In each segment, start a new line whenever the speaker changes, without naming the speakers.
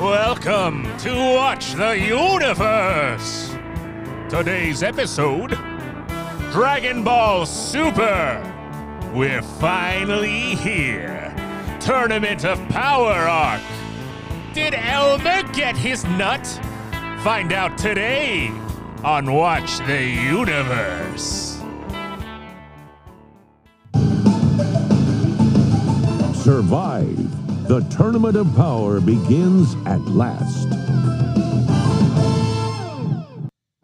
Welcome to Watch the Universe! Today's episode Dragon Ball Super! We're finally here! Tournament of Power Arc! Did Elmer get his nut? Find out today on Watch the Universe!
Survive. The Tournament of Power begins at last.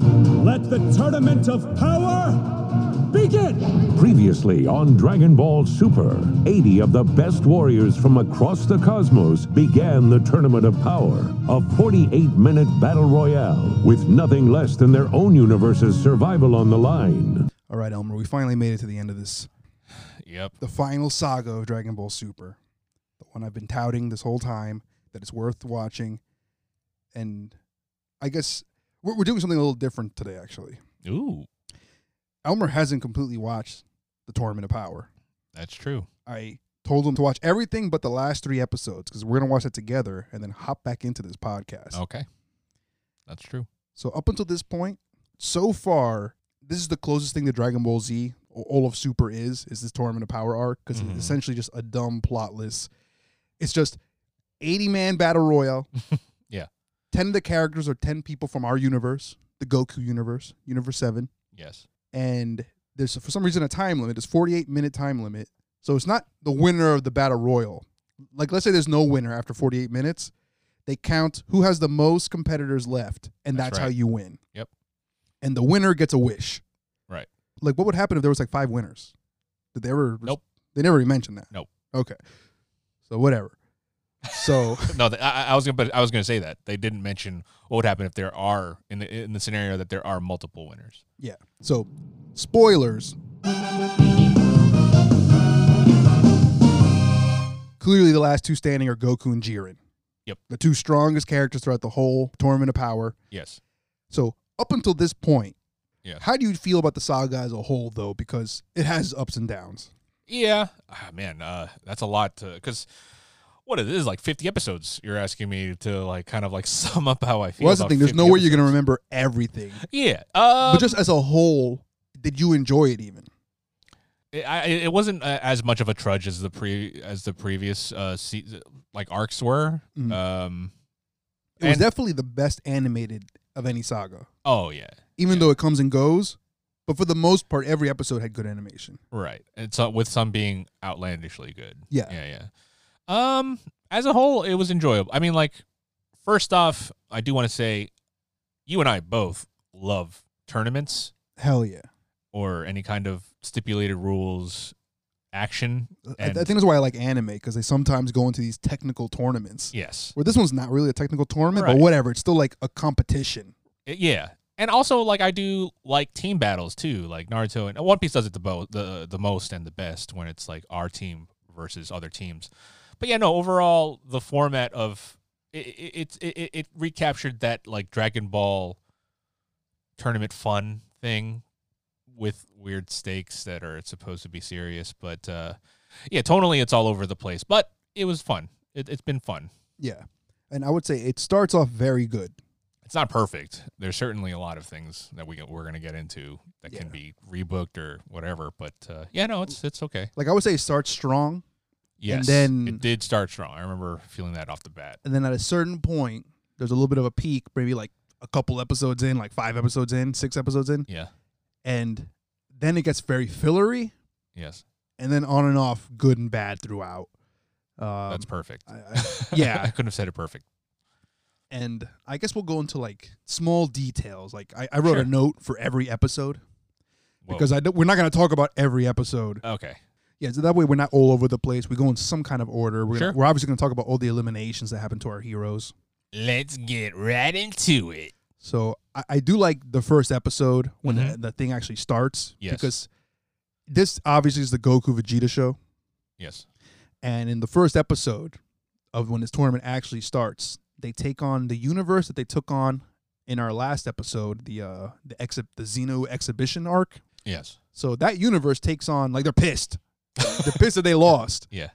Let the tournament of power begin!
Previously on Dragon Ball Super, 80 of the best warriors from across the cosmos began the Tournament of Power, a 48 minute battle royale with nothing less than their own universe's survival on the line.
All right, Elmer, we finally made it to the end of this,
Yep.
the final saga of Dragon Ball Super, the one I've been touting this whole time that it's worth watching. And I guess we're, we're doing something a little different today, actually.
Ooh,
Elmer hasn't completely watched the Tournament of Power.
that's true.
I told him to watch everything but the last three episodes because we're going to watch that together and then hop back into this podcast.
Okay. That's true.
So up until this point, so far, this is the closest thing to Dragon Ball Z, or all of Super is, is this Tournament of Power arc because
Mhm.
it's essentially just a dumb plotless. It's just eighty man battle royale.
Yeah.
ten of the characters are ten people from our universe, the Goku universe, Universe Seven,
Yes.
and there's for some reason a time limit. It's forty eight minute time limit, so it's not the winner of the battle royal. Like let's say there's no winner after forty eight minutes. They count who has the most competitors left, and
That's
that's, how
right.
you win
Yep.
and the winner gets a wish.
Right.
Like, what would happen if there was like five winners? Did they ever?
Nope.
They never even mentioned that.
Nope.
Okay. So whatever. So
No, th- I, I was gonna, but I was gonna say that they didn't mention what would happen if there are in the in the scenario that there are multiple winners.
yeah. So spoilers. Clearly, the last two standing are Goku and Jiren.
Yep.
The two strongest characters throughout the whole tournament of power.
Yes,
So up until this point,
Yeah.
how do you feel about the saga as a whole, though? Because it has ups and downs.
yeah, ah, man, uh, that's a lot because what it is like fifty episodes. You're asking me to like kind of like sum up how I feel.
well, that's the
about
thing. There's
50
no way you're going to
episodes.
remember everything.
Yeah, uh,
but just as a whole, did you enjoy it even?
it, I, it wasn't uh, as much of a trudge as the pre as the previous uh se- like arcs were.
Mm.
Um,
It was
And-
definitely the best animated of any saga,
oh yeah,
even though it comes and goes. But for the most part, every episode had good animation.
Right. And so with some being outlandishly good.
Yeah.
Yeah, yeah. Um as a whole, it was enjoyable. I mean, like first off, I do want to say you and I both love tournaments
Hell yeah!
or any kind of stipulated rules action.
Uh, I, I
And
think that's why I like anime because they sometimes go into these technical tournaments.
yes.
Where this one's not really a technical tournament,
Right.
but whatever. It's still like a competition.
It- Eh, yeah. And also like I do like team battles too, like Naruto and One Piece does it the bo- the the most and the best when it's like our team versus other teams. But yeah, no, overall the format of it it it's- it, it, it recaptured that like Dragon Ball tournament fun thing with weird stakes that are supposed to be serious, but uh yeah, tonally it's all over the place, but it was fun. It, it's been fun.
Yeah, and I would say it starts off very good.
it's not perfect. There's certainly a lot of things that we get, we're going to get into that can
Yeah.
be rebooked or whatever. But uh, yeah, no, it's it's okay.
Like I would say, it starts strong,
Yes,
then-
it did start strong. I remember feeling that off the bat.
and then at a certain point, there's a little bit of a peak, maybe like a couple episodes in, like five episodes in, six episodes in,
Yeah.
and then it gets very fillery
Yes,
and then on and off good and bad throughout um,
that's perfect.
I- I- yeah.
I couldn't have said it perfect.
and i guess we'll go into like small details like i, I wrote
Sure.
a note for every episode
Whoa.
because i don't, we're not going to talk about every episode
okay,
yeah so that way we're not all over the place we go in some kind of order we're,
Sure.
gonna, we're obviously going to talk about all the eliminations that happen to our heroes
let's get right into it.
so i, I do like the first episode when the,
Mhm.
the thing actually starts
Yes.
because this obviously is the goku vegeta show
Yes.
And in the first episode of when this tournament actually starts, they take on the universe that they took on in our last episode, the uh the exhi- the Xeno exhibition arc.
Yes.
So that universe takes on like they're pissed. they're pissed that they lost.
Yeah.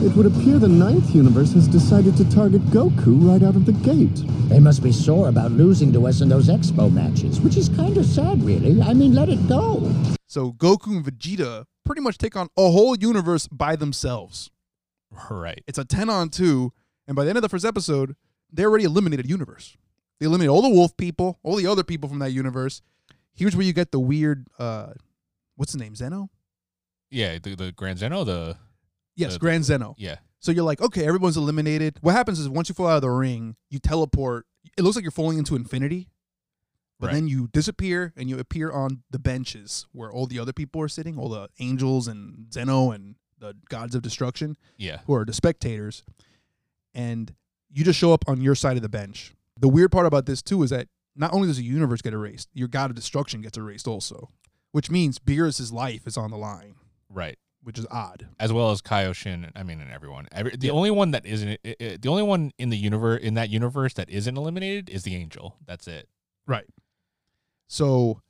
It would appear the Ninth Universe has decided to target Goku right out of the gate.
They must be sore about losing to us in those expo matches, which is kind of sad, really. I mean, let it go.
So Goku and Vegeta pretty much take on a whole universe by themselves.
Right.
It's a 10 on 2, and by the end of the first episode, they already eliminated a universe. They eliminated all the wolf people, all the other people from that universe. Here's where you get the weird, uh, what's the name, Zeno?
Yeah, the, the Grand Zeno, the
Yes,
Uh,
Grand Zeno.
yeah.
So you're like, okay, everyone's eliminated. What happens is once you fall out of the ring, you teleport. It looks like you're falling into infinity, but
Right.
then you disappear and you appear on the benches where all the other people are sitting, all the angels and Zeno and the gods of destruction,
Yeah.
who are the spectators. And you just show up on your side of the bench. The weird part about this too is that not only does the universe get erased, your god of destruction gets erased also, which means Beerus's life is on the line,
Right.
which is odd.
as well as Kaioshin. I mean, and everyone. Every, the only one that isn't i- i- the only one in the universe in that universe that isn't eliminated is the angel. That's it.
Right. So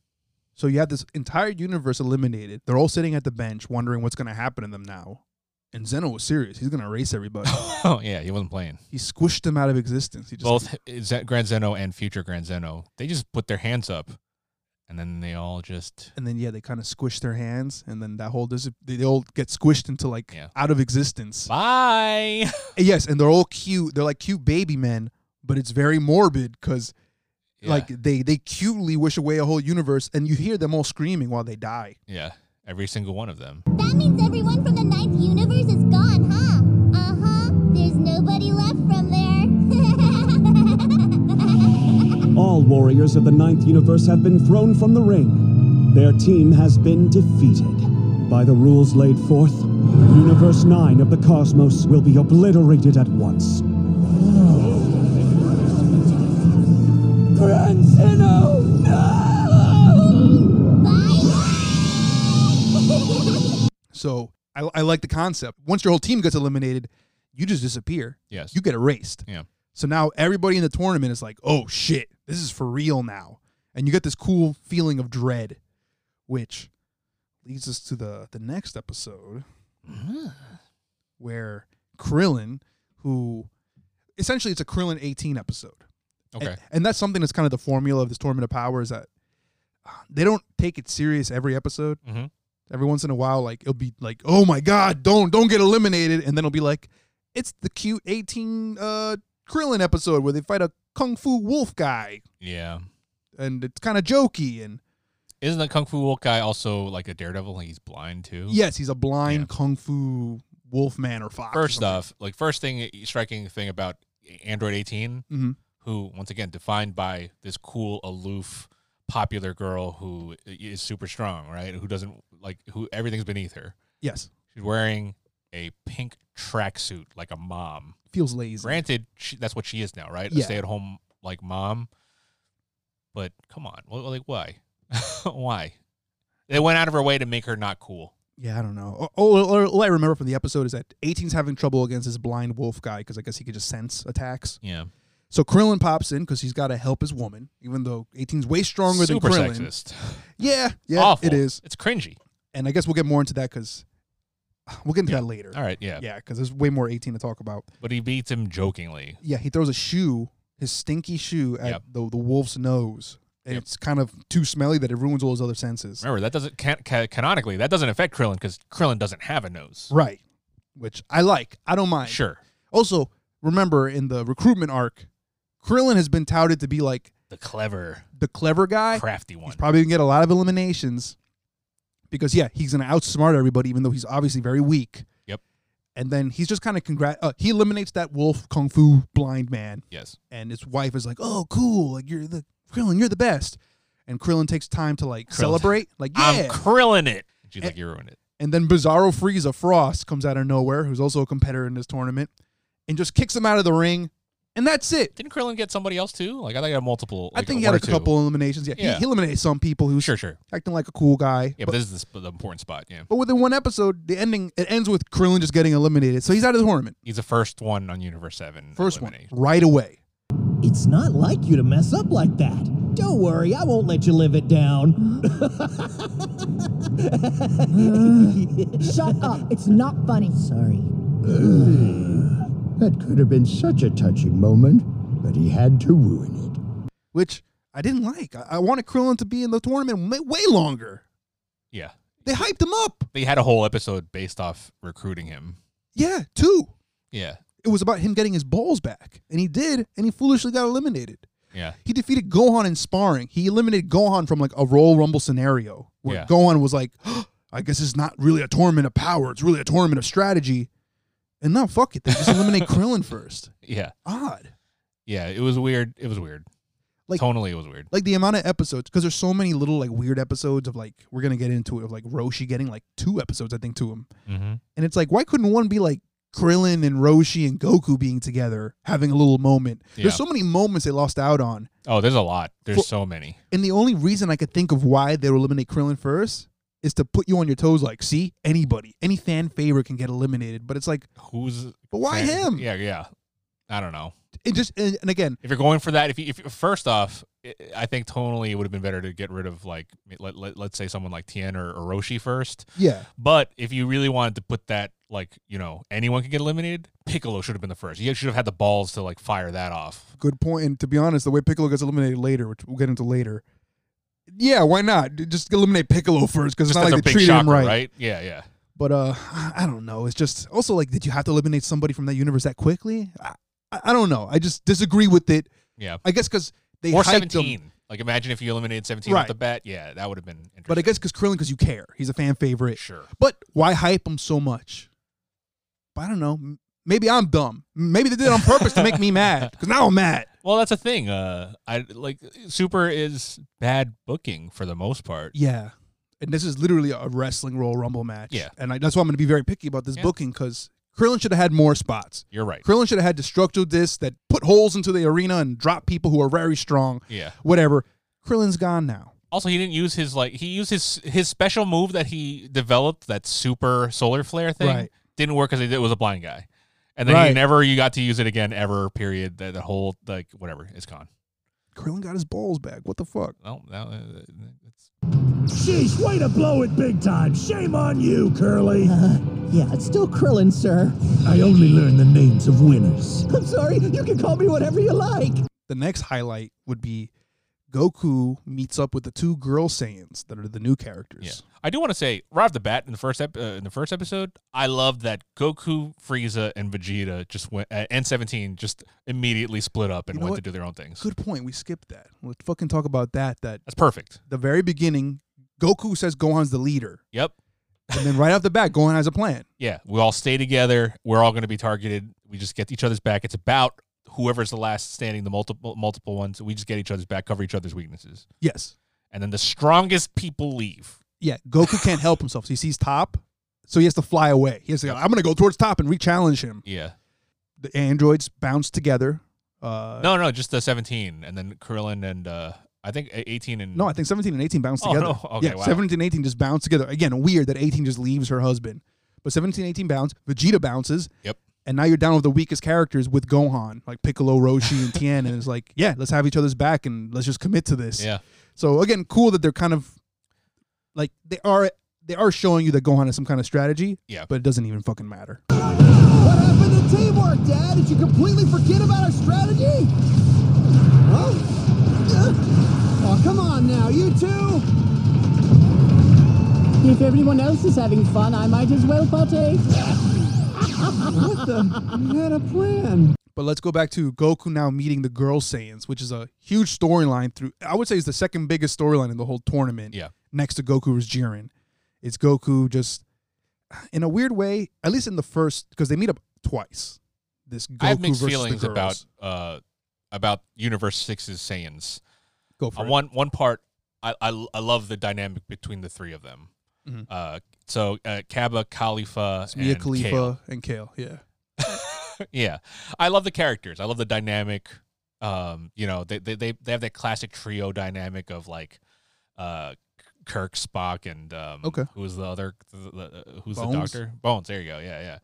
so you have this entire universe eliminated. They're all sitting at the bench wondering what's going to happen to them now. And Zeno was serious. He's going to erase everybody.
oh yeah, he wasn't playing.
he squished them out of existence. He just
Both Z- Grand Zeno and future Grand Zeno, they just put their hands up, and then they all just
and then yeah, they kind of squish their hands and then that whole dis- they they all get squished into like
Yeah.
out of existence.
bye.
And yes, and they're all cute. They're like cute baby men, but it's very morbid cuz
Yeah,
like they they cutely wish away a whole universe and you hear them all screaming while they die.
yeah, every single one of them.
That means everyone from the ninth universe is gone, huh? Uh huh. There's nobody left from there.
All warriors of the Ninth Universe have been thrown from the ring. Their team has been defeated. By the rules laid forth, Universe 9 of the cosmos will be obliterated at once.
Bye.
So I, I like the concept. Once your whole team gets eliminated, you just disappear.
Yes.
You get erased.
Yeah.
So now everybody in the tournament is like, oh shit, this is for real now. And you get this cool feeling of dread, which leads us to the, the next episode where Krillin, who essentially it's a Krillin 18 episode.
Okay.
And, and that's something that's kind of the formula of this Tournament of Power is that uh, they don't take it serious every episode.
Mhm.
Every once in a while, like it'll be like, "Oh my God, don't don't get eliminated," and then it'll be like, "It's the cute eighteen uh, Krillin episode where they fight a kung fu wolf guy,
yeah.
and it's kind of jokey." And
Isn't the Kung Fu Wolf guy also like a daredevil? Like he's blind too.
yes, he's a blind
Yeah.
kung fu wolf man or fox. or
First
something.
off, like first thing striking thing about Android 18
Mhm.
who once again defined by this cool aloof popular girl who is super strong right who doesn't like who everything's beneath her
yes,
she's wearing a pink tracksuit like a mom
feels lazy.
granted she, that's what she is now right a
Yeah.
stay-at-home like mom but come on wh- like why why they went out of her way to make her not cool
Yeah, I don't know. All, all, all I remember from the episode is that 18's having trouble against this blind wolf guy because I guess he could just sense attacks.
yeah
So Krillin pops in because he's got to help his woman, even though 18's way stronger
super
than Krillin.
sexist
Yeah, yeah,
Awful.
it is.
it's cringy
And I guess we'll get more into that because we'll get into that later.
all right yeah.
Yeah, because there's way more 18 to talk about.
but he beats him jokingly
Yeah, he throws a shoe, his stinky shoe, at
Yep.
the, the wolf's nose. And
Yep.
it's kind of too smelly that it ruins all his other senses.
Remember that doesn't can, ca- canonically that doesn't affect Krillin because Krillin doesn't have a nose.
Right. Which I like. I don't mind.
Sure,
Also, remember in the recruitment arc, Krillin has been touted to be like
the clever,
the clever guy.
crafty one.
He's probably gonna get a lot of eliminations because yeah, he's gonna outsmart everybody, even though he's obviously very weak.
Yep.
And then he's just kind of congrat. Uh, he eliminates that wolf kung fu blind man,
yes,
and his wife is like, "Oh, cool! Like you're the Krillin, you're the best." And Krillin takes time to like celebrate, like
I'm
yeah.
Krillin it. She's
Eh.
like, you ruined it.
and then Bizarro Frieza Frost comes out of nowhere, who's also a competitor in this tournament, and just kicks him out of the ring, and that's it.
Didn't Krillin get somebody else too? Like I thought he had multiple.
I
like,
think he
one
had a
or two.
couple eliminations. Yeah,
Yeah.
He, he eliminated some people who
Sure, sure.
acting like a cool guy.
Yeah, but, this is the, sp- the important spot. Yeah,
But within one episode, the ending it ends with Krillin just getting eliminated, so he's out of the tournament.
he's the first one on Universe Seven.
First one,
eliminated.
right away.
It's not like you to mess up like that. Don't worry, I won't let you live it down.
Shut up. It's not funny.
Sorry. That could have been such a touching moment, but he had to ruin it.
which I didn't like. I, I wanted Krillin to be in the tournament ma- way longer.
Yeah.
They hyped him up.
They had a whole episode based off recruiting him.
Yeah, two.
Yeah.
It was about him getting his balls back, and he did, and he foolishly got eliminated.
Yeah.
He defeated Gohan in sparring. He eliminated Gohan from like a Royal Rumble scenario where
Yeah.
Gohan was like, "I guess it's not really a tournament of power. It's really a tournament of strategy." And now, fuck it, they just eliminate Krillin first.
Yeah.
Odd.
Yeah. It was weird. It was weird.
Like-
Tonally, it was weird.
like the amount of episodes because there's so many little like weird episodes of like we're gonna get into it of like Roshi getting like two episodes I think to him
Mm-hmm.
and it's like why couldn't one be like Krillin and Roshi and Goku being together having a little moment
Yeah.
there's so many moments they lost out on
Oh, there's a lot. There's
For-
so many.
and the only reason I could think of why they would eliminate Krillin first is to put you on your toes like see anybody any fan favorite can get eliminated but it's like
Who's.
but why him
Yeah. Yeah. I don't know.
it just and, and again
If you're going for that, if you, if you- first off, I- I think tonally it would have been better to get rid of like let, let let's say someone like Tien or, or Roshi first.
yeah
But if you really wanted to put that, like, you know, anyone could get eliminated, Piccolo should have been the first. You should have had the balls to, like, fire that off.
good point. And to be honest, the way Piccolo gets eliminated later, which we'll get into later, yeah, why not? D- Just eliminate Piccolo first because it's
Just
not
as
like
a
they
big
treated
shocker,
him right.
Yeah, yeah.
But uh, I don't know. It's just also like, did you have to eliminate somebody from that universe that quickly? I, I I don't know. I just disagree with it.
Yeah.
I guess because they
Or
hyped him.
17. Like, imagine if you eliminated 17
Right.
off the bat. Yeah, that would have been interesting.
but I guess because Krillin, because you care, he's a fan favorite.
Sure.
But why hype him so much? But I don't know. M- Maybe I'm dumb. Maybe they did it on purpose to make me mad. Because now I'm mad.
Well, that's a thing. Uh, I like Super is bad booking for the most part.
Yeah. And this is literally a wrestling Royal Rumble match.
Yeah.
And I, that's why I'm going to be very picky about this
Yeah.
booking because Krillin should have had more spots.
You're right.
Krillin should have had destructive discs that put holes into the arena and drop people who are very strong.
Yeah.
Whatever. Krillin's gone now.
Also, he didn't use his like he used his his special move that he developed that super solar flare thing
Right.
didn't work because it was a blind guy, and then he
Right.
never you got to use it again ever. Period. That the whole like whatever it's gone.
Krillin got his balls back. What the fuck?
Well, now uh, it's
Sheesh, way to blow it big time. Shame on you, Curly.
Uh, yeah, it's still Krillin, sir.
I only learn the names of winners.
I'm sorry, you can call me whatever you like.
The next highlight would be Goku meets up with the two girl Saiyans that are the new characters.
yeah. I do want to say right off the bat in the first ep- uh, in the first episode, I loved that Goku, Frieza, and Vegeta just went uh, and Seventeen just immediately split up and
You know
went to
what?
do their own things.
Good point. We skipped that. Let's fucking talk about that. That
That's perfect.
the very beginning, Goku says Gohan's the leader.
Yep.
And then right off the bat, Gohan has a plan.
Yeah, we all stay together. We're all going to be targeted. We just get each other's back. It's about whoever's the last standing, the multiple multiple ones. We just get each other's back, cover each other's weaknesses,
Yes.
and then the strongest people leave.
Yeah. Goku can't help himself. So he sees Top, so he has to fly away. He has to go, I'm going to go towards Top and re-challenge him.
Yeah.
The androids bounce together. Uh,
No, no, just the seventeen, and then Krillin and uh, I think a- eighteen and
no, I think 17 and 18 bounce
Oh,
together.
no. Okay,
yeah,
wow.
17 and 18 just bounce together. Again, weird that 18 just leaves her husband. But 17 18 bounce. Vegeta bounces.
Yep.
And now you're down with the weakest characters with Gohan, like Piccolo, Roshi, and Tien. and it's like, yeah, let's have each other's back and let's just commit to this.
yeah,
So again, cool that they're kind of like they are they are showing you that Gohan has some kind of strategy.
Yeah.
But it doesn't even fucking matter.
What happened to teamwork, Dad? Did you completely forget about our strategy? Huh? Uh, Oh, come on now, you two!
If everyone else is having fun, I might as well partake.
What the? You had a plan.
But let's go back to Goku now meeting the girl Saiyans, which is a huge storyline through I would say is the second biggest storyline in the whole tournament.
Yeah.
Next to Goku is Jiren. It's Goku just in a weird way, at least in the first because they meet up twice. This Goku
I have mixed
versus the
feelings
girls.
about uh about Universe Six's Saiyans.
go for
on
it.
one one part, I, I I love the dynamic between the three of them.
Mhm.
Uh, so uh, Kaba, Khalifa,
It's Mia
and
Khalifa
Kale.
and Kale. Yeah.
yeah i love the characters i love the dynamic um you know they they they, they have that classic trio dynamic of like uh kirk spock and um
Okay.
who's the other the, the- who's
Bones?
the doctor bones there you go yeah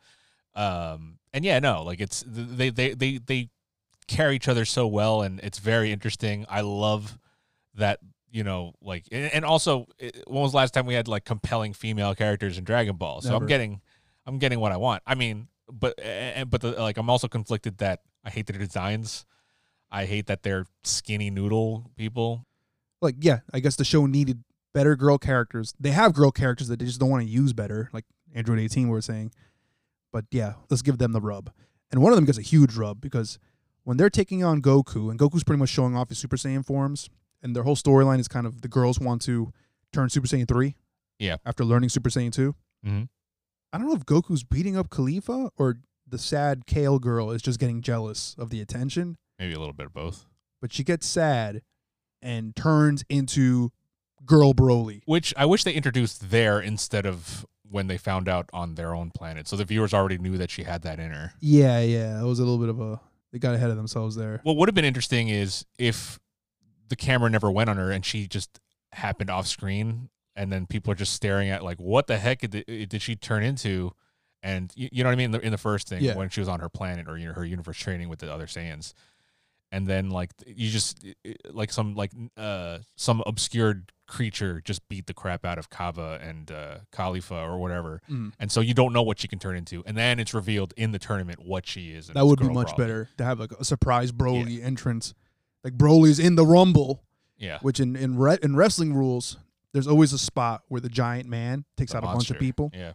yeah um and yeah no like it's they they they they carry each other so well and it's very interesting i love that you know like and, and also it, when was the last time we had like compelling female characters in dragon ball so i'm
Never.
getting i'm getting what i want i mean but and but the, like I'm also conflicted that I hate their designs. I hate that they're skinny noodle people.
Like, yeah, I guess the show needed better girl characters. They have girl characters that they just don't want to use better, like Android 18 we were saying. But yeah, let's give them the rub. And one of them gets a huge rub because when they're taking on Goku, and Goku's pretty much showing off his Super Saiyan forms, and their whole storyline is kind of the girls want to turn Super Saiyan 3.
Yeah.
After learning Super Saiyan 2.
Mhm.
I don't know if Goku's beating up Khalifa or the sad Kale girl is just getting jealous of the attention
Maybe a little bit of both.
but she gets sad and turns into girl Broly.
Which I wish they introduced there instead of when they found out on their own planet. So the viewers already knew that she had that in her.
Yeah, yeah. It was a little bit of a they got ahead of themselves there.
What would have been interesting is if the camera never went on her and she just happened off screen, and then people are just staring at like, what the heck did, did she turn into? And you, you know what I mean in the, in the first thing
Yeah.
when she was on her planet or you know, her universe training with the other Saiyans, and then like you just like some like uh some obscured creature just beat the crap out of Kava and uh, Khalifa or whatever,
Mm.
and so you don't know what she can turn into, and then it's revealed in the tournament what she is. and
That
it's
would be
Girl
much
Broly.
better to have like a surprise Broly entrance. Like Broly's in the Rumble,
Yeah,
which in in, re- in wrestling rules, there's always a spot where the giant man takes
The
out a bunch
monster.
of people,
Yeah.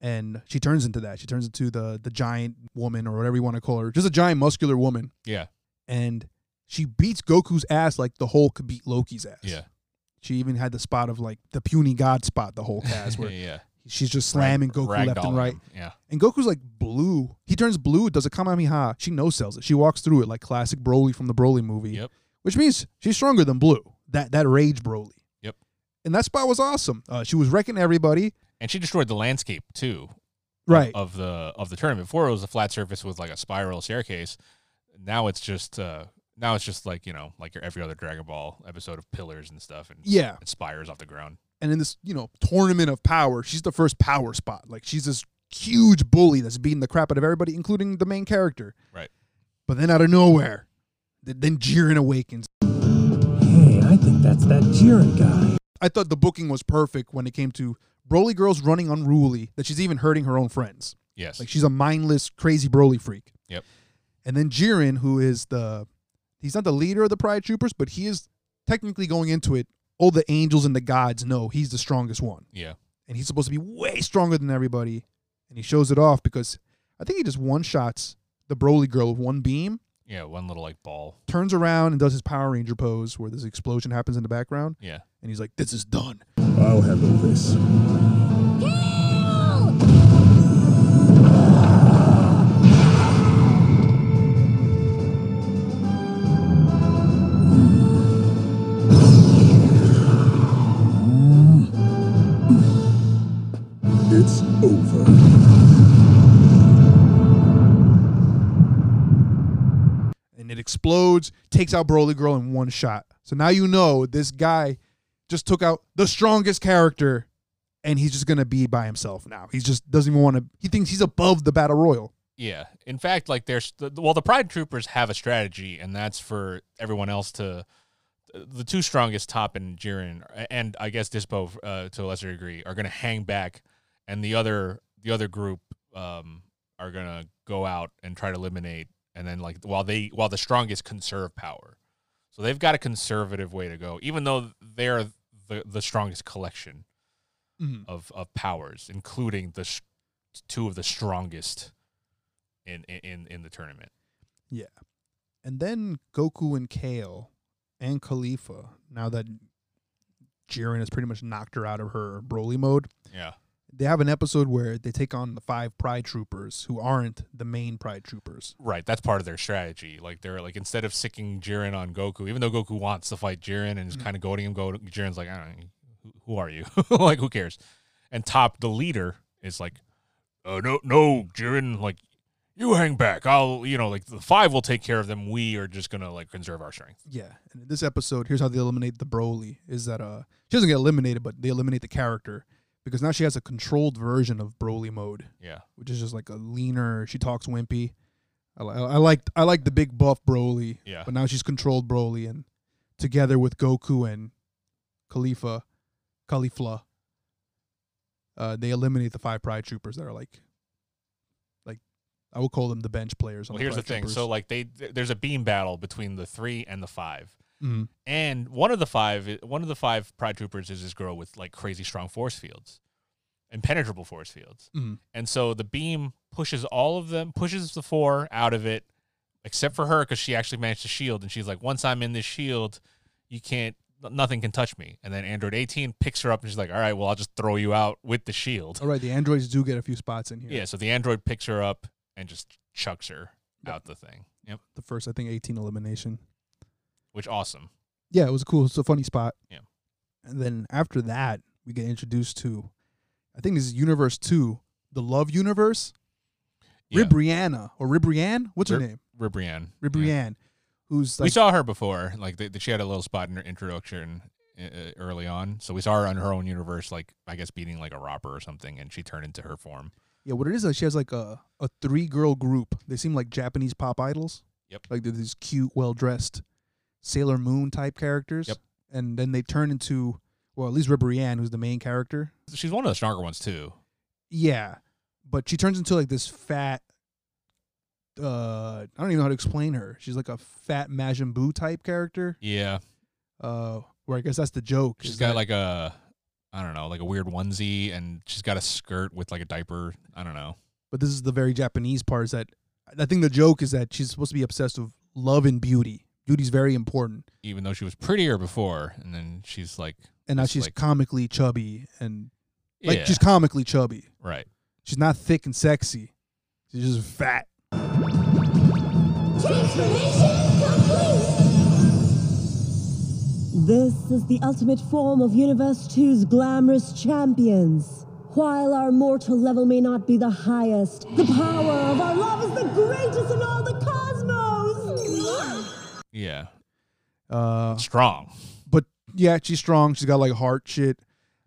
and she turns into that. She turns into the the giant woman or whatever you want to call her, just a giant muscular woman,
Yeah,
and she beats Goku's ass like the Hulk beat Loki's ass.
yeah,
She even had the spot of like the puny god spot the whole cast where
yeah.
she's just slamming Goku left and
Ragdolling
right.
him, Yeah,
And Goku's like blue. He turns blue, does a Kamehameha. She no sells it. She walks through it like classic Broly from the Broly movie.
Yep.
Which means she's stronger than blue. That that rage Broly.
Yep.
And that spot was awesome. Uh, she was wrecking everybody.
and she destroyed the landscape too
Right.
of the of the tournament. Before it was a flat surface with like a spiral staircase. Now it's just uh now it's just like you know like your every other Dragon Ball episode of pillars and stuff and
Yeah.
and spires off the ground.
And in this, you know, tournament of power, she's the first power spot. Like she's this huge bully that's beating the crap out of everybody, including the main character.
Right.
But then out of nowhere, th- then Jiren awakens.
Hey, I think that's that Jiren guy.
I thought the booking was perfect when it came to Broly girls running unruly that she's even hurting her own friends.
Yes.
Like she's a mindless, crazy Broly freak.
Yep.
And then Jiren, who is the he's not the leader of the Pride Troopers, but he is technically going into it. All the angels and the gods know he's the strongest one.
yeah.
And he's supposed to be way stronger than everybody. And he shows it off because I think he just one shots the Broly girl with one beam,
Yeah. One little like ball.
turns around and does his Power Ranger pose where this explosion happens in the background.
Yeah.
And he's like, This is done.
I'll handle this.
Kill!
It's over.
and it explodes, takes out Broly Girl in one shot. So now you know this guy just took out the strongest character and he's just going to be by himself now. He just doesn't even want to he thinks he's above the battle royal.
Yeah. In fact, like there's the, well, the Pride Troopers have a strategy, and that's for everyone else to the two strongest top and Jiren, and I guess Dispo uh, to a lesser degree, are going to hang back, and the other the other group um, are going to go out and try to eliminate, and then like while they while the strongest conserve power, so they've got a conservative way to go, even though they're the the strongest collection
Mhm.
of of powers, including the s two of the strongest in in in the tournament.
And then Goku and Kale and Khalifa, now that Jiren has pretty much knocked her out of her Broly mode,
Yeah,
they have an episode where they take on the five pride troopers who aren't the main pride troopers.
right. That's part of their strategy. Like they're like instead of sicking Jiren on Goku, even though Goku wants to fight Jiren and is kind of goading him, go Jiren's like, I don't, know, who, who are you? like who cares? And Top, the leader, is like, uh, no, no, Jiren, like you hang back. I'll, you know, like the five will take care of them. We are just gonna like conserve our strength.
Yeah, and in this episode, here's how they eliminate the Broly: is that uh, she doesn't get eliminated, but they eliminate the character because now she has a controlled version of Broly mode,
Yeah,
which is just like a leaner. She talks wimpy. I, li- I like I like the big buff Broly.
Yeah.
but now she's controlled Broly, and together with Goku and Khalifa, Khalifla, uh, they eliminate the five Pride Troopers that are like, like I would call them the bench players. on
Well, here's the
Black
thing.
Troopers.
So like they th- there's a beam battle between the three and the five,
Mhm.
and one of the five i- one of the five pride troopers is this girl with like crazy strong force fields, impenetrable force fields,
Mhm.
and so the beam pushes all of them pushes the four out of it, except for her because she actually managed to shield, and she's like, once I'm in this shield, you can't n- nothing can touch me. And then Android 18 picks her up and she's like, all right, well I'll just throw you out with the shield.
all right, the androids do get a few spots in here.
Oh, Yeah, so the android picks her up and just chucks her out the thing. Yep,
the first I think 18 elimination.
which awesome.
Yeah, it was cool. It's a funny spot.
Yeah.
And then after that, we get introduced to, I think this is Universe Two, the Love Universe.
Yeah.
Ribrianna or Ribrianne, what's her
Rib-
name?
Ribrianne.
Ribrianne, who's
we
like
saw her before. Like th- th- she had a little spot in her introduction uh, uh, early on. So we saw her on her own universe, like I guess beating like a robber or something, and she turned into her form.
yeah, what it is like she has like a a three girl group. They seem like Japanese pop idols.
Yep.
Like they're these cute, well dressed Sailor Moon type characters.
Yep.
And then they turn into well, at least Ribrianne, who's the main character.
She's one of the stronger ones too.
Yeah, but she turns into like this fat. Uh, I don't even know how to explain her. She's like a fat Majin Buu type character.
Yeah,
Uh, where I guess that's the joke.
she's
is
got
that-
like a, I don't know, like a weird onesie, and she's got a skirt with like a diaper. I don't know.
but this is the very Japanese part. Is that I think the joke is that she's supposed to be obsessed with love and beauty. Beauty's very important,
Even though she was prettier before, and then she's like,
and now
It's
she's
like-
comically chubby and like
yeah,
she's comically chubby.
right.
She's not thick and sexy. She's just fat.
Transformation complete!
This is the ultimate form of Universe 2's glamorous champions. While our mortal level may not be the highest, the power of our love is the greatest in all the cosmos!
Yeah,
Uh,
strong.
but yeah, she's strong. She's got like heart shit.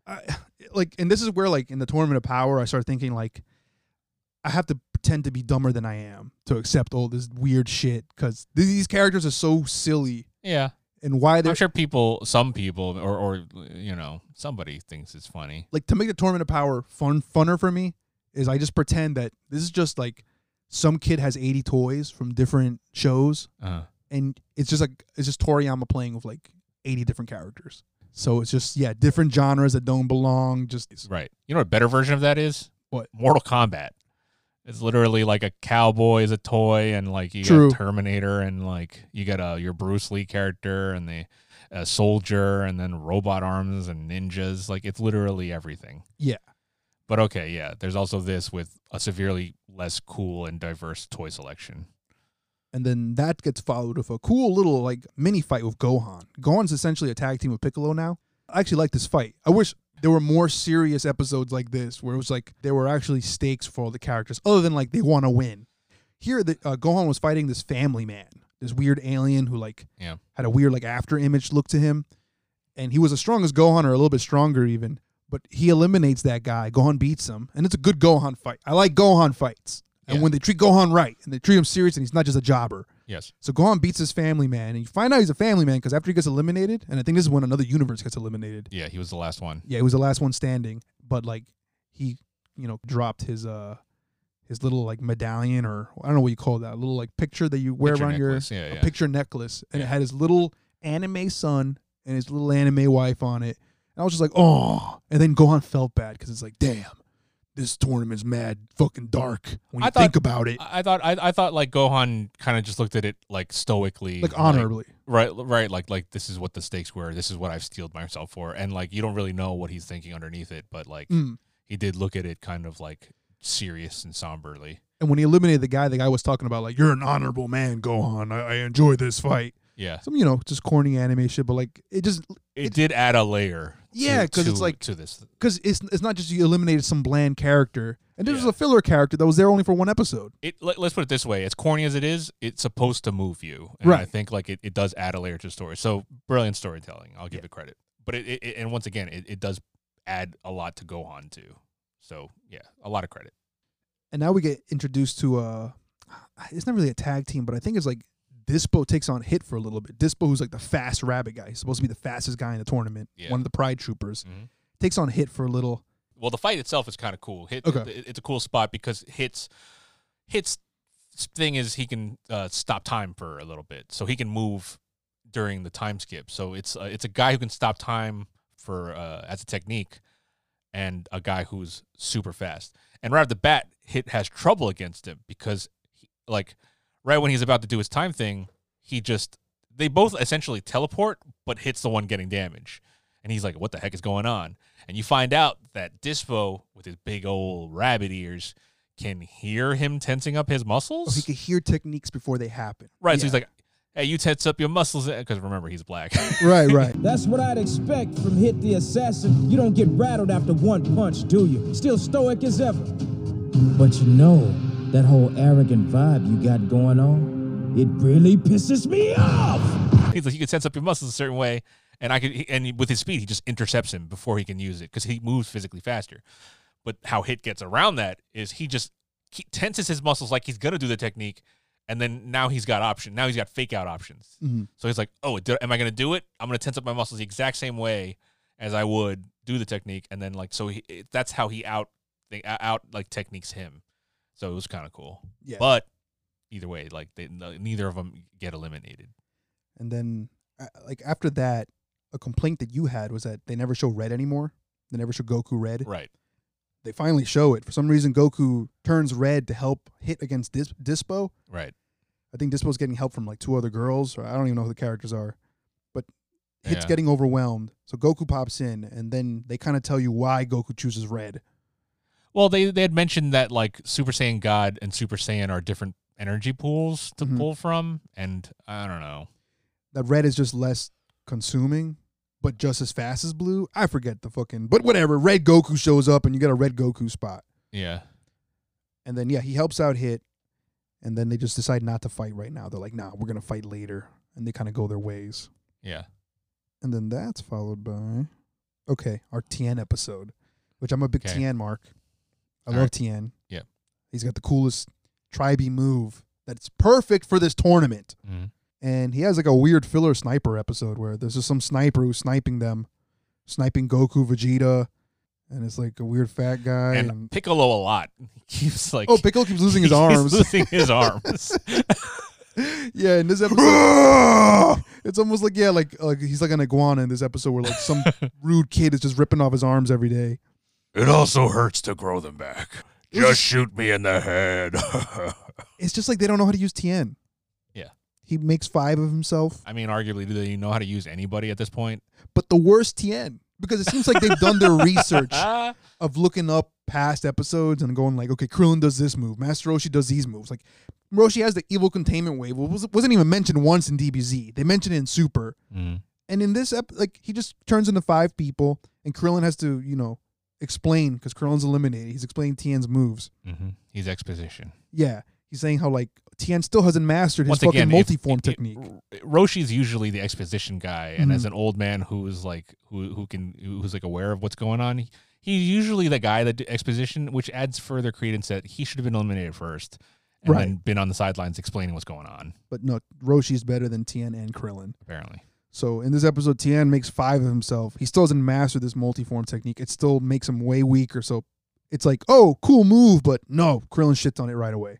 I, like, and this is where like in the tournament of power, I start thinking like, I have to pretend to be dumber than I am to accept all this weird shit because these characters are so silly
Yeah,
and why they're
I'm sure people, some people, or or you know, somebody thinks it's funny.
like to make the tournament of power fun funner for me is I just pretend that this is just like some kid has 80 toys from different shows
Uh,
and it's just like it's just Toriyama playing with like 80 different characters. So it's just yeah, different genres that don't belong just
Right. You know what a better version of that is?
What?
Mortal Kombat. It's literally like a cowboy is a toy, and like you
True.
got Terminator, and like you got uh, your Bruce Lee character, and the uh, soldier, and then robot arms and ninjas. Like it's literally everything.
Yeah.
But okay, yeah. There's also this with a severely less cool and diverse toy selection.
and then that gets followed with a cool little like mini fight with Gohan. Gohan's essentially a tag team with Piccolo now. I actually like this fight. I wish there were more serious episodes like this where it was like there were actually stakes for all the characters other than like they want to win. Here the uh, Gohan was fighting this family man, this weird alien who like
Yeah.
had a weird like after image look to him and he was as strong as Gohan or a little bit stronger even, but he eliminates that guy. Gohan beats him and it's a good Gohan fight. I like Gohan fights. And
Yeah.
when they treat Gohan right and they treat him serious and he's not just a jobber.
Yes.
So Gohan beats his family man, and you find out he's a family man because after he gets eliminated, and I think this is when another universe gets eliminated.
Yeah. He was the last one.
Yeah, he was the last one standing, but like he, you know, dropped his uh his little like medallion or I don't know what you call that, little like picture that you wear
Picture
around
necklace,
your
yeah,
a
yeah.
picture necklace, and it
Yeah.
had his little anime son and his little anime wife on it. And I was just like, oh, and then Gohan felt bad because it's like, damn. This tournament's mad fucking dark when
I
you
thought-
think about it.
I I thought I, I thought like Gohan kind of just looked at it like stoically,
like honorably.
right right like like this is what the stakes were this is what i've steeled myself for and like you don't really know what he's thinking underneath it but like
Mm.
he did look at it kind of like serious and somberly
And when he eliminated the guy, the guy was talking about like, "You're an honorable man, Gohan. I, I enjoy this fight."
yeah
Some you know just corny anime shit, but like it just
it, did add a layer to-
Yeah, 'cause it's
to-
like-
to this
because it's it's not just you eliminated some bland character, and this was
Yeah.
a filler character that was there only for one episode.
it let, us put it this way as corny as it is it's supposed to move you and i
Right.
think like it, it does add a layer to the story so brilliant storytelling i'll give it credit but it, it, it- and once again it, it does add a lot to gohan too so yeah a lot of credit
And now we get introduced to uh, it's not really a tag team, but I think it's like Dispo takes on Hit for a little bit. Dispo, who's like the fast rabbit guy, he's supposed to be the fastest guy in the tournament,
Yeah.
one of the Pride Troopers,
Mhm.
takes on Hit for a little.
well the fight itself is kind of cool hit
Okay.
it- it's a cool spot because hits hits thing is he can uh, stop time for a little bit, so he can move during the time skip. So it's uh, it's a guy who can stop time for uh, as a technique, and a guy who's super fast. And right off the bat, Hit has trouble against him because, he, like, right when he's about to do his time thing, he just they both essentially teleport, but hits the one getting damage. And he's like, "What the heck is going on?" And you find out that Dispo, with his big old rabbit ears, can hear him tensing up his muscles.
Oh, He could hear techniques before they happen.
Right. So he's like, hey, you tense up your muscles. Because remember, he's black.
right, right.
That's what I'd expect from Hit the Assassin. You don't get rattled after one punch, do you? Still stoic as ever. But you know, that whole arrogant vibe you got going on, it really pisses me off.
he's like, you can sense up your muscles a certain way. And I could, he- and with his speed, he just intercepts him before he can use it because he moves physically faster. But how Hit gets around that is he just he tenses his muscles like he's gonna do the technique, and then now he's got option. Now he's got fake out options.
Mm-hmm.
So he's like, "Oh, did, am I gonna do it? I'm gonna tense up my muscles the exact same way as I would do the technique." And then like, so he, it, that's how he out they out like techniques him. So it was kind of cool.
Yeah.
But either way, like they, neither of them get eliminated.
And then, uh, like after that, a complaint that you had was that they never show red anymore. They never show Goku red.
Right.
They finally show it. For some reason, Goku turns red to help hit against Dis- Dispo.
Right.
I think Dispo's getting help from like two other girls, or I don't even know who the characters are. But Hit's
Yeah.
getting overwhelmed, so Goku pops in, and then they kind of tell you why Goku chooses red.
Well, they they had mentioned that like Super Saiyan God and Super Saiyan are different energy pools to
Mhm.
pull from, and I don't know.
That red is just less consuming, but just as fast as blue. I forget the fucking, but whatever. Red Goku shows up, and you get a red Goku spot.
Yeah.
And then yeah, he helps out Hit, and then they just decide not to fight right now. They're like, nah, we're gonna fight later, and they kind of go their ways.
Yeah.
And then that's followed by, okay, our Tien episode, which I'm a big
Okay.
Tien mark. I
All
love
right.
Tien.
Yeah.
he's got the coolest tribe move that's perfect for this tournament.
Mhm.
And he has like a weird filler sniper episode where there's just some sniper who's sniping them, sniping Goku, Vegeta, and it's like a weird fat guy.
And
and-
Piccolo a lot. He keeps like
oh, Piccolo keeps losing his
he's
arms.
Losing his arms.
Yeah, in this episode, it's almost like yeah, like like he's like an iguana in this episode where like some rude kid is just ripping off his arms every day.
it also hurts to grow them back. Just shoot me in the head.
It's just like they don't know how to use Tien.
Yeah.
he makes five of himself,
I mean, arguably, do they know how to use anybody at this point?
but the worst Tien because it seems like they've done their research
Ah,
of looking up past episodes and going like, okay, Krillin does this move, Master Roshi does these moves. Like Roshi has the evil containment wave, It was- wasn't even mentioned once in DBZ. They mentioned it in Super.
Mm.
And in this, ep- like, he just turns into five people, and Krillin has to, you know, explain because Krillin's eliminated. He's explaining Tien's moves.
mhm. He's exposition.
Yeah, he's saying how like Tien still hasn't mastered his
Once
fucking
again, if-
multiform
if-
technique.
Roshi's usually the exposition guy, and
Mhm.
as an old man who's like who who can who's like aware of what's going on, he- he's usually the guy that did exposition, which adds further credence that he should have been eliminated first, and then been on the sidelines explaining what's going on.
but no, Roshi's better than Tien and Krillin.
Apparently,
So in this episode, Tien makes five of himself. He still hasn't mastered this multiform technique. It still makes him way weaker. So it's like, oh, cool move, but no, Krillin shits on it right away,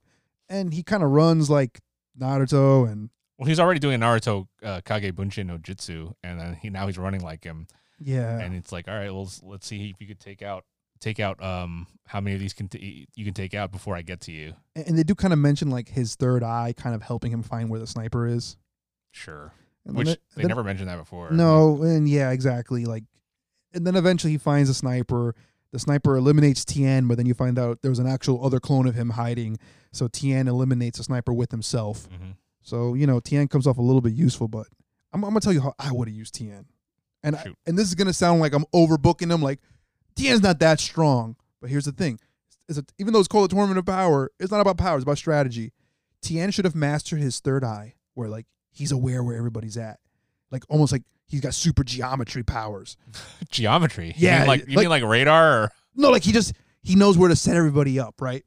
and he kind of runs like Naruto and
well, he's already doing Naruto uh, Kage Bunshin no Jutsu, and then he now he's running like him,
yeah,
and it's like, all right, well, let's, let's see if you could take out take out um how many of these can t- you can take out before I get to you.
and, and they do kind of mention like his third eye, kind of helping him find where the sniper is.
Sure,
And
which
then-
they
then-
never mentioned that before.
No, and yeah, exactly. Like, and then eventually he finds a sniper. The sniper eliminates Tien, but then you find out there was an actual other clone of him hiding. So Tien eliminates the sniper with himself.
Mhm.
So you know Tien comes off a little bit useful, but I'm, I'm gonna tell you how I would have used Tien. And I,
Shoot.
and this is gonna sound like I'm overbooking him. Like Tien's not that strong, but here's the thing: it's a, even though it's called a tournament of power, it's not about power; it's about strategy. Tien should have mastered his third eye, where like he's aware where everybody's at, like almost like he's got super geometry powers.
geometry.
Yeah,
you mean like you
like-
mean like radar? Or,
No, like he just he knows where to set everybody up, right?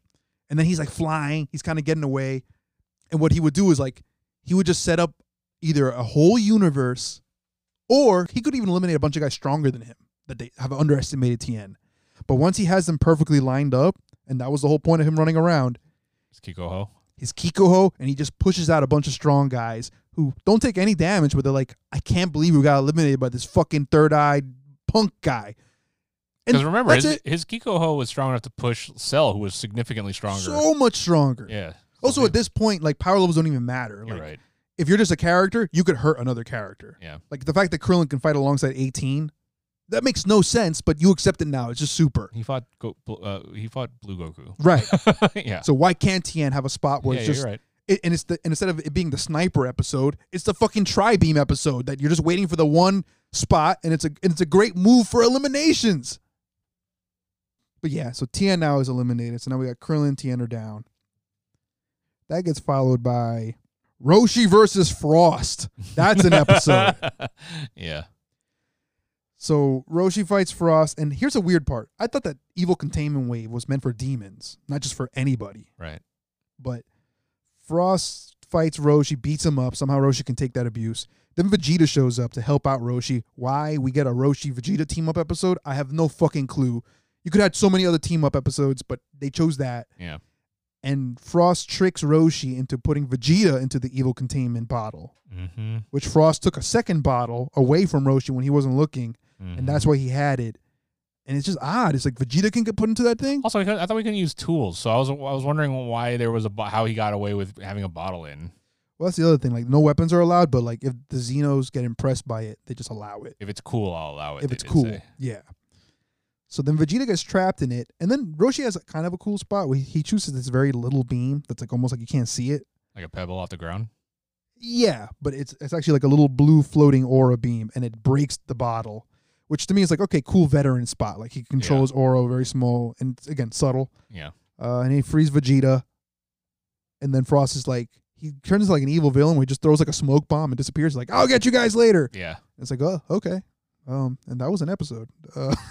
And then he's like flying, he's kind of getting away. And what he would do is like he would just set up either a whole universe or he could even eliminate a bunch of guys stronger than him that they have underestimated Tien. But once he has them perfectly lined up, and that was the whole point of him running around,
It's Kikoho.
his Kikoho, and he just pushes out a bunch of strong guys who don't take any damage, but they're like, I can't believe we got eliminated by this fucking third eyed punk guy. And
Because remember,
that's
his,
it.
his Kikoho was strong enough to push Cell, who was significantly stronger.
so much stronger.
yeah.
Also, at this point, like power levels don't even matter.
You're
Like,
right.
if you're just a character, you could hurt another character.
Yeah.
Like the fact that Krillin can fight alongside 18, that makes no sense, but you accept it now. It's just super.
He fought Go, Bl- uh, he fought Blue Goku.
Right.
yeah.
So why can't Tien have a spot where
Yeah,
it's
you're
just
right.
it, and it's the and instead of it being the sniper episode, it's the fucking tri beam episode that you're just waiting for the one spot, and it's a and it's a great move for eliminations. But yeah, so Tien now is eliminated. So now we got Krillin, Tien are down. That gets followed by Roshi versus Frost. That's an episode.
yeah.
So Roshi fights Frost, and here's a weird part. I thought that evil containment wave was meant for demons, not just for anybody.
Right.
But Frost fights Roshi, beats him up. Somehow Roshi can take that abuse. Then Vegeta shows up to help out Roshi. Why we get a Roshi Vegeta team up episode, I have no fucking clue. You could have had so many other team up episodes, but they chose that.
Yeah.
And Frost tricks Roshi into putting Vegeta into the evil containment bottle,
Mm-hmm.
which Frost took a second bottle away from Roshi when he wasn't looking, and that's why he had it. And it's just odd. It's like Vegeta can get put into that thing.
Also, I thought I thought we couldn't use tools, so I was I was wondering why there was a bo- how he got away with having a bottle in.
Well, that's the other thing. Like, no weapons are allowed, but like if the Xenos get impressed by it, they just allow it.
If it's cool, I'll allow it.
if
they
it's
did
cool.
say.
Yeah. So then Vegeta gets trapped in it, and then Roshi has a kind of a cool spot where he chooses this very little beam that's like almost like you can't see it.
like a pebble off the ground.
Yeah, but it's it's actually like a little blue floating aura beam, and it breaks the bottle, which to me is like okay, cool veteran spot. Like he controls aura very small and it's, again subtle.
Yeah.
Uh, and he frees Vegeta, and then Frost is like he turns into like an evil villain where he just throws like a smoke bomb and disappears. Like I'll get you guys later.
Yeah.
It's like oh okay, um, and that was an episode. Uh,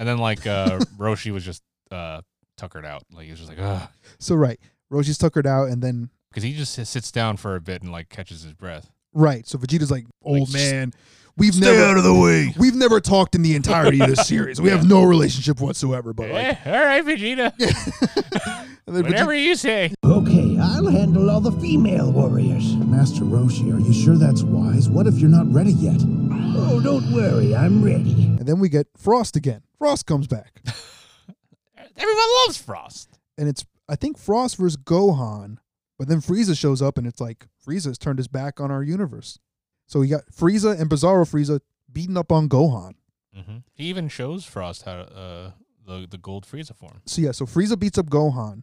And then like uh, Roshi was just uh, tuckered out. Like he was just like ugh.
So right, Roshi's tuckered out, and then
Because he just s- sits down for a bit and like catches his breath.
right, so Vegeta's like, "Old
just
man, we've never out of the way. We've never talked in the entirety of this series. We have no relationship whatsoever." But like,
all right, Vegeta.
and then Vegeta-
you say.
Okay, I'll handle all the female warriors.
Master Roshi, are you sure that's wise? What if you're not ready yet?
Oh, don't worry, I'm ready.
and then we get Frost again. Frost comes back,
Everyone loves Frost.
and it's I think Frost versus Gohan, but then Frieza shows up, and it's like Frieza's turned his back on our universe. So we got Frieza and Bizarro Frieza beating up on Gohan.
Mm-hmm. He even shows Frost how to, uh, the the gold Frieza form.
so yeah, so Frieza beats up Gohan,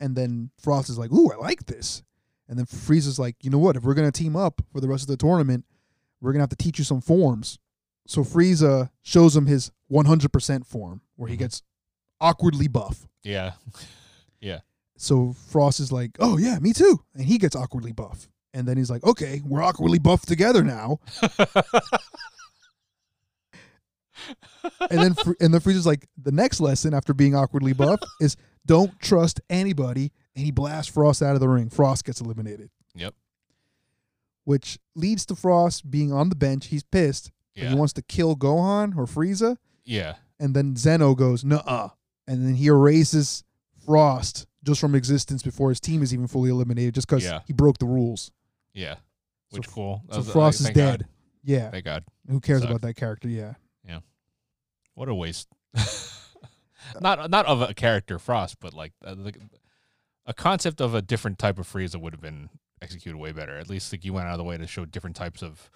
and then Frost is like, "Ooh, I like this," and then Frieza's like, "You know what? If we're gonna team up for the rest of the tournament, we're gonna have to teach you some forms." So Frieza shows him his 100% form, where he gets awkwardly buff.
Yeah.
So Frost is like, "Oh yeah, me too," and he gets awkwardly buff. And then he's like, "Okay, we're awkwardly buff together now." and then Fr- and then Frieza's like, the next lesson after being awkwardly buff is don't trust anybody. And he blasts Frost out of the ring. Frost gets eliminated.
Yep.
Which leads to Frost being on the bench. He's pissed. but
Yeah.
He wants to kill Gohan or Frieza.
Yeah.
And then Zeno goes, nuh-uh. And then he erases Frost just from existence before his team is even fully eliminated just because
Yeah.
he broke the rules.
Yeah.
So
Which
F-
cool. That
So
was- uh,
Frost is
thank God.
dead. Yeah.
Thank God.
Who cares
Sucks.
about that character? Yeah.
What a waste. not not of a character Frost, but like uh, the, a concept of a different type of Frieza would have been executed way better. At least like you went out of the way to show different types of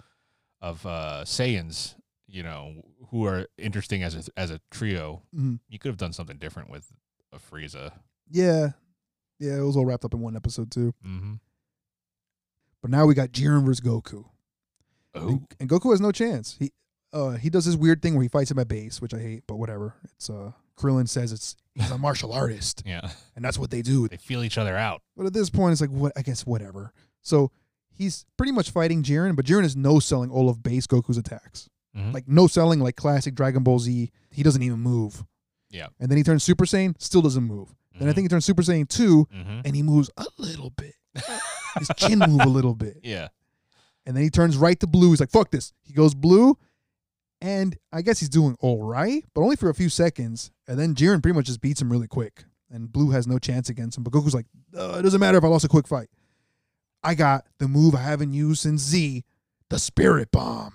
of uh, Saiyans, you know, who are interesting as a as a trio.
Mhm.
You could have done something different with a Frieza.
Yeah. Yeah, it was all wrapped up in one episode too.
Mm-hmm.
But now we got Jiren versus Goku. And, and Goku has no chance. He uh he does this weird thing where he fights him at base, which I hate, but whatever. It's uh Krillin says it's he's a martial artist,
Yeah,
and that's what they do.
they feel each other out.
But at this point, it's like what I guess whatever. So he's pretty much fighting Jiren, but Jiren is no selling all of base Goku's attacks.
Mhm.
Like no selling like classic Dragon Ball Z. He doesn't even move.
Yeah.
And then he turns Super Saiyan, still doesn't move. Then I
Mhm.
think he turns Super Saiyan 2
Mm-hmm.
and he moves a little bit. His chin move a little bit.
Yeah,
And then he turns right to blue. He's like, fuck this. He goes blue. And I guess he's doing all right, but only for a few seconds. And then Jiren pretty much just beats him really quick. and Blue has no chance against him. But Goku's like, "Uh, it doesn't matter if I lost a quick fight. I got the move I haven't used since Z, the Spirit Bomb.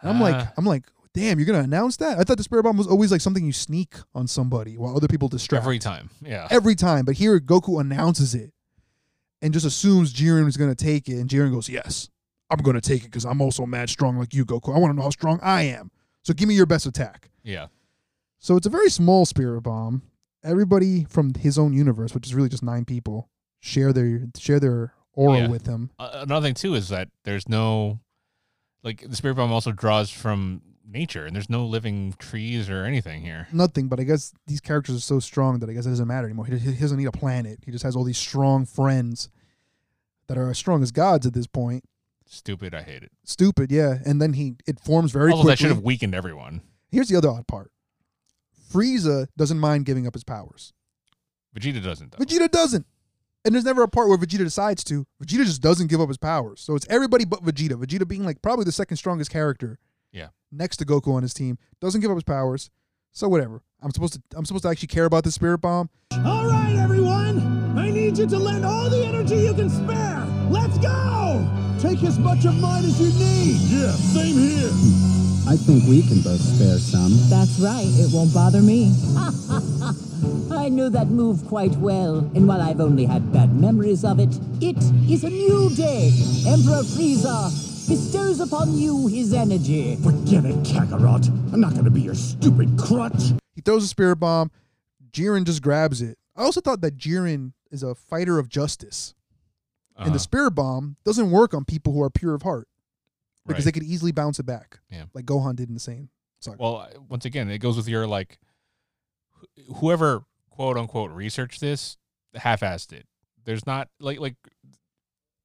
And I'm like,
Ah.
I'm like, damn, you're gonna announce that? I thought the Spirit Bomb was always like something you sneak on somebody while other people distract
every time. Yeah.
every time. But here Goku announces it and just assumes Jiren is going to take it. And Jiren goes, Yes, I'm going to take it because I'm also mad strong like you, Goku. I want to know how strong I am. So give me your best attack.
yeah.
So it's a very small spirit bomb. Everybody from his own universe, which is really just nine people, share their share their aura
Yeah.
with him.
Uh, another thing too is that there's no like the spirit bomb also draws from nature and there's no living trees or anything here.
Nothing, but I guess these characters are so strong that I guess it doesn't matter anymore. He, he doesn't need a planet. He just has all these strong friends that are as strong as gods at this point.
Stupid. I hate it.
Stupid, yeah. And then he it forms very
also,
quickly.
that should have weakened everyone.
Here's the other odd part. Frieza doesn't mind giving up his powers.
Vegeta doesn't though.
Vegeta doesn't. And there's never a part where Vegeta decides to. Vegeta just doesn't give up his powers. So it's everybody but Vegeta. Vegeta being like probably the second strongest character
Yeah.
next to Goku on his team doesn't give up his powers. So whatever. I'm supposed to I'm supposed to actually care about the spirit bomb.
All right, everyone. I need you to lend all the energy you can spare. Let's go. Take as much of mine as you need. Yeah, same here.
I think we can both spare some.
That's right, it won't bother me. I know that move quite well, and while I've only had bad memories of it, it is a new day. Emperor Frieza bestows upon you his energy.
Forget it, Kakarot. I'm not going to be your stupid crutch.
He throws a spirit bomb. Jiren just grabs it. I also thought that Jiren is a fighter of justice. And
Uh-huh.
the spirit bomb doesn't work on people who are pure of heart. Because
Right.
they could easily bounce it back.
Yeah.
Like Gohan did in the same.
Well, I- once again, it goes with your like wh- whoever quote unquote researched this half-assed it. There's not like like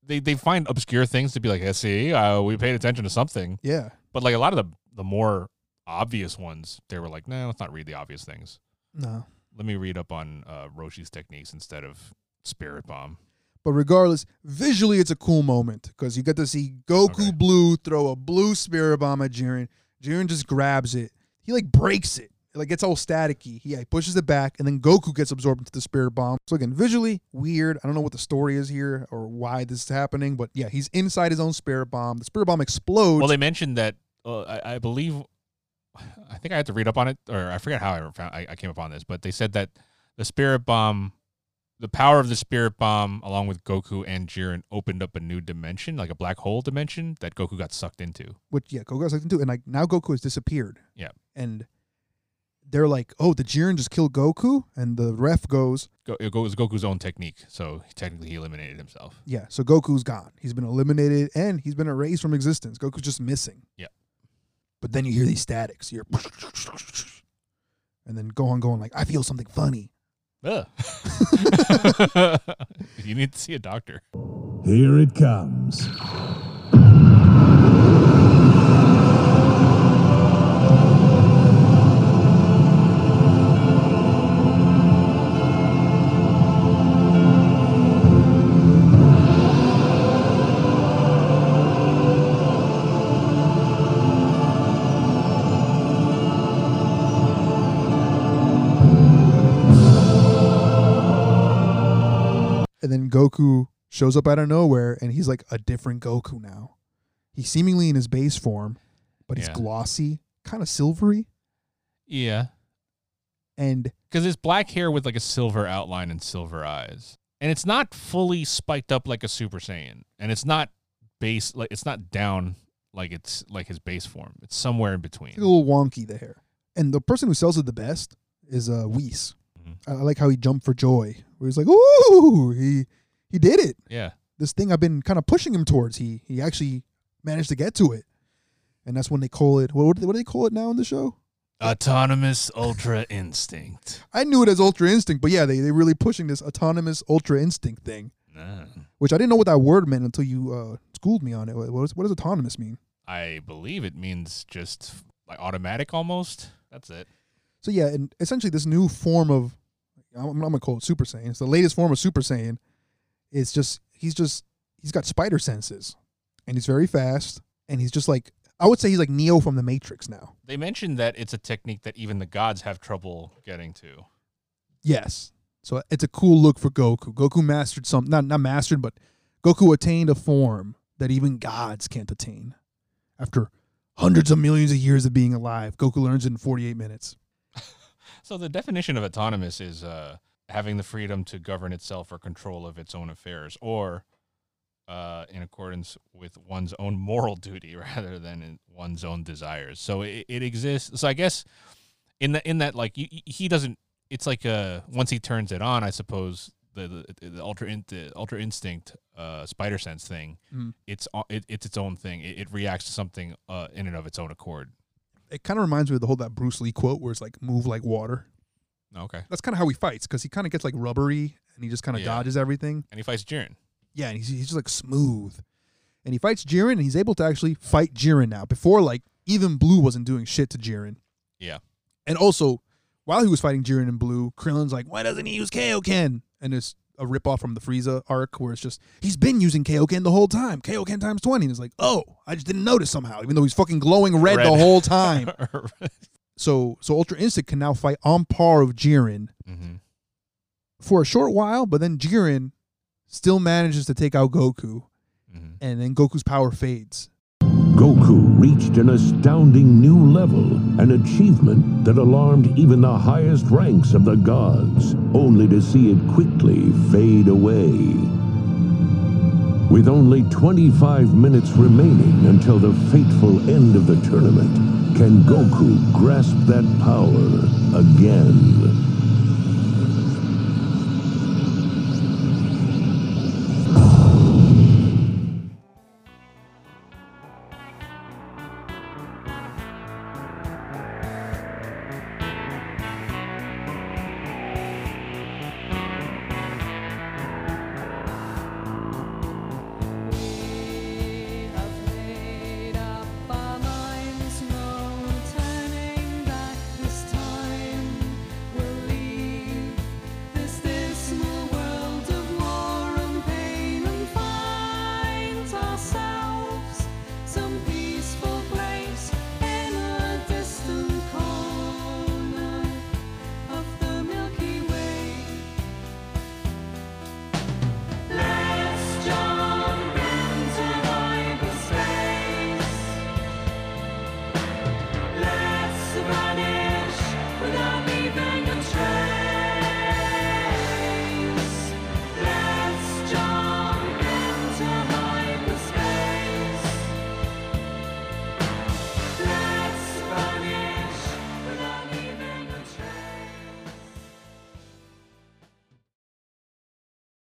they they find obscure things to be like, eh, see, uh, we paid attention to something.
Yeah.
But like a lot of the the more obvious ones, they were like, no, let's not read the obvious things.
No.
Let me read up on uh, Roshi's techniques instead of Spirit Bomb.
But regardless, visually it's a cool moment because you get to see Goku Blue throw a blue spirit bomb at Jiren. Jiren just grabs it. He like breaks it. It like gets all staticky. He like, pushes it back, and then Goku gets absorbed into the spirit bomb. So again, visually weird. I don't know what the story is here or why this is happening, but yeah, he's inside his own spirit bomb. The spirit bomb explodes.
Well, they mentioned that uh, I, I believe, I think I had to read up on it, or I forget how I found I, I came upon this, but they said that the spirit bomb, the power of the spirit bomb, along with Goku and Jiren, opened up a new dimension, like a black hole dimension that Goku got sucked into.
which yeah, Goku has something to do, and like now Goku has disappeared.
Yeah.
and they're like, oh, did Jiren just kill Goku? And the ref goes,
Go, it was Goku's own technique, so technically he eliminated himself.
Yeah, so Goku's gone. He's been eliminated and he's been erased from existence. Goku's just missing.
Yeah.
But then you hear these statics. You're and then Gohan going like, I feel something funny.
Ugh. you need to see a doctor.
Here it comes.
And then Goku shows up out of nowhere and he's like a different Goku now. He's seemingly in his base form, but he's
Yeah.
glossy, kind of silvery,
Yeah,
and
because it's black hair with like a silver outline and silver eyes, and it's not fully spiked up like a Super Saiyan, and it's not base like it's not down like it's like his base form. It's somewhere in between.
a little wonky the hair. And the person who sells it the best is uh Whis.
Mhm.
I I like how he jumped for joy. Where he's like, Ooh, he he did it.
Yeah,
this thing I've been kind of pushing him towards. He he actually managed to get to it, and that's when they call it. What what do they, what do they call it now in the show?
autonomous ultra instinct.
I knew it as Ultra Instinct, but yeah, they they really pushing this autonomous Ultra Instinct thing,
Nah.
which I didn't know what that word meant until you uh, schooled me on it. What, what, does, what does autonomous mean?
I believe it means just like automatic almost. That's it.
So yeah, and essentially this new form of I'm, I'm gonna call it Super Saiyan. It's the latest form of Super Saiyan. It's just he's just he's got spider senses, and he's very fast, and he's just like I would say he's like Neo from the Matrix now.
They mentioned that it's a technique that even the gods have trouble getting to.
Yes. So it's a cool look for Goku. Goku mastered something, not not mastered, but Goku attained a form that even gods can't attain. After hundreds of millions of years of being alive, Goku learns it in 48 minutes.
So the definition of autonomous is uh, having the freedom to govern itself or control of its own affairs, or uh, in accordance with one's own moral duty rather than in one's own desires. So it, it exists. So I guess in the in that like you, you- he doesn't. It's like uh, once he turns it on, I suppose the the, the ultra in, the ultra instinct uh, spider sense thing.
Mm.
It's o- it, it's its own thing. It, it reacts to something uh, in and of its own accord.
It kind of reminds me of the whole that Bruce Lee quote where it's like move like water.
Okay,
That's kind of how he fights because he kind of gets like rubbery and he just kind of
Yeah.
dodges everything.
and he fights Jiren.
Yeah, and he's, he's just like smooth. And he fights Jiren and he's able to actually fight Jiren now. Before, like, even Blue wasn't doing shit to Jiren.
Yeah.
And also, while he was fighting Jiren and Blue, Krillin's like, why doesn't he use Kaioken? And it's a ripoff from the Frieza arc where it's just, he's been using Kaioken the whole time. Kaioken times 20. And it's like, oh, I just didn't notice somehow, even though he's fucking glowing red, the
Red.
whole time.
Mm-hmm.
so, so Ultra Instinct can now fight on par with Jiren
hmm
for a short while, but then Jiren still manages to take out Goku. And then Goku's power fades.
Goku reached an astounding new level, an achievement that alarmed even the highest ranks of the gods, only to see it quickly fade away. With only 25 minutes remaining until the fateful end of the tournament, can Goku grasp that power again?